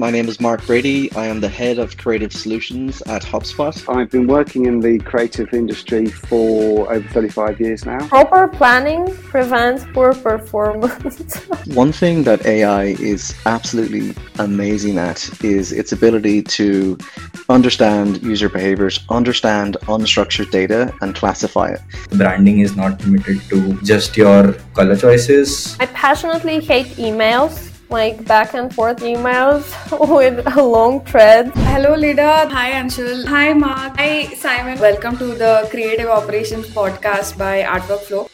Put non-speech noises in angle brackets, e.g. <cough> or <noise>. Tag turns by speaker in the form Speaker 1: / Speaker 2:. Speaker 1: My name is Mark Brady. I am the head of creative solutions at HubSpot.
Speaker 2: I've been working in the creative industry for over 35 years now.
Speaker 3: Proper planning prevents poor performance. <laughs>
Speaker 1: One thing that AI is absolutely amazing at is its ability to understand user behaviors, understand unstructured data, and classify it.
Speaker 4: Branding is not limited to just your color choices.
Speaker 3: I passionately hate emails like back and forth emails <laughs> with a long thread.
Speaker 5: Hello, Lida. Hi, Anshul. Hi, Mark. Hi, Simon. Welcome to the Creative Operations Podcast by Artwork Flow.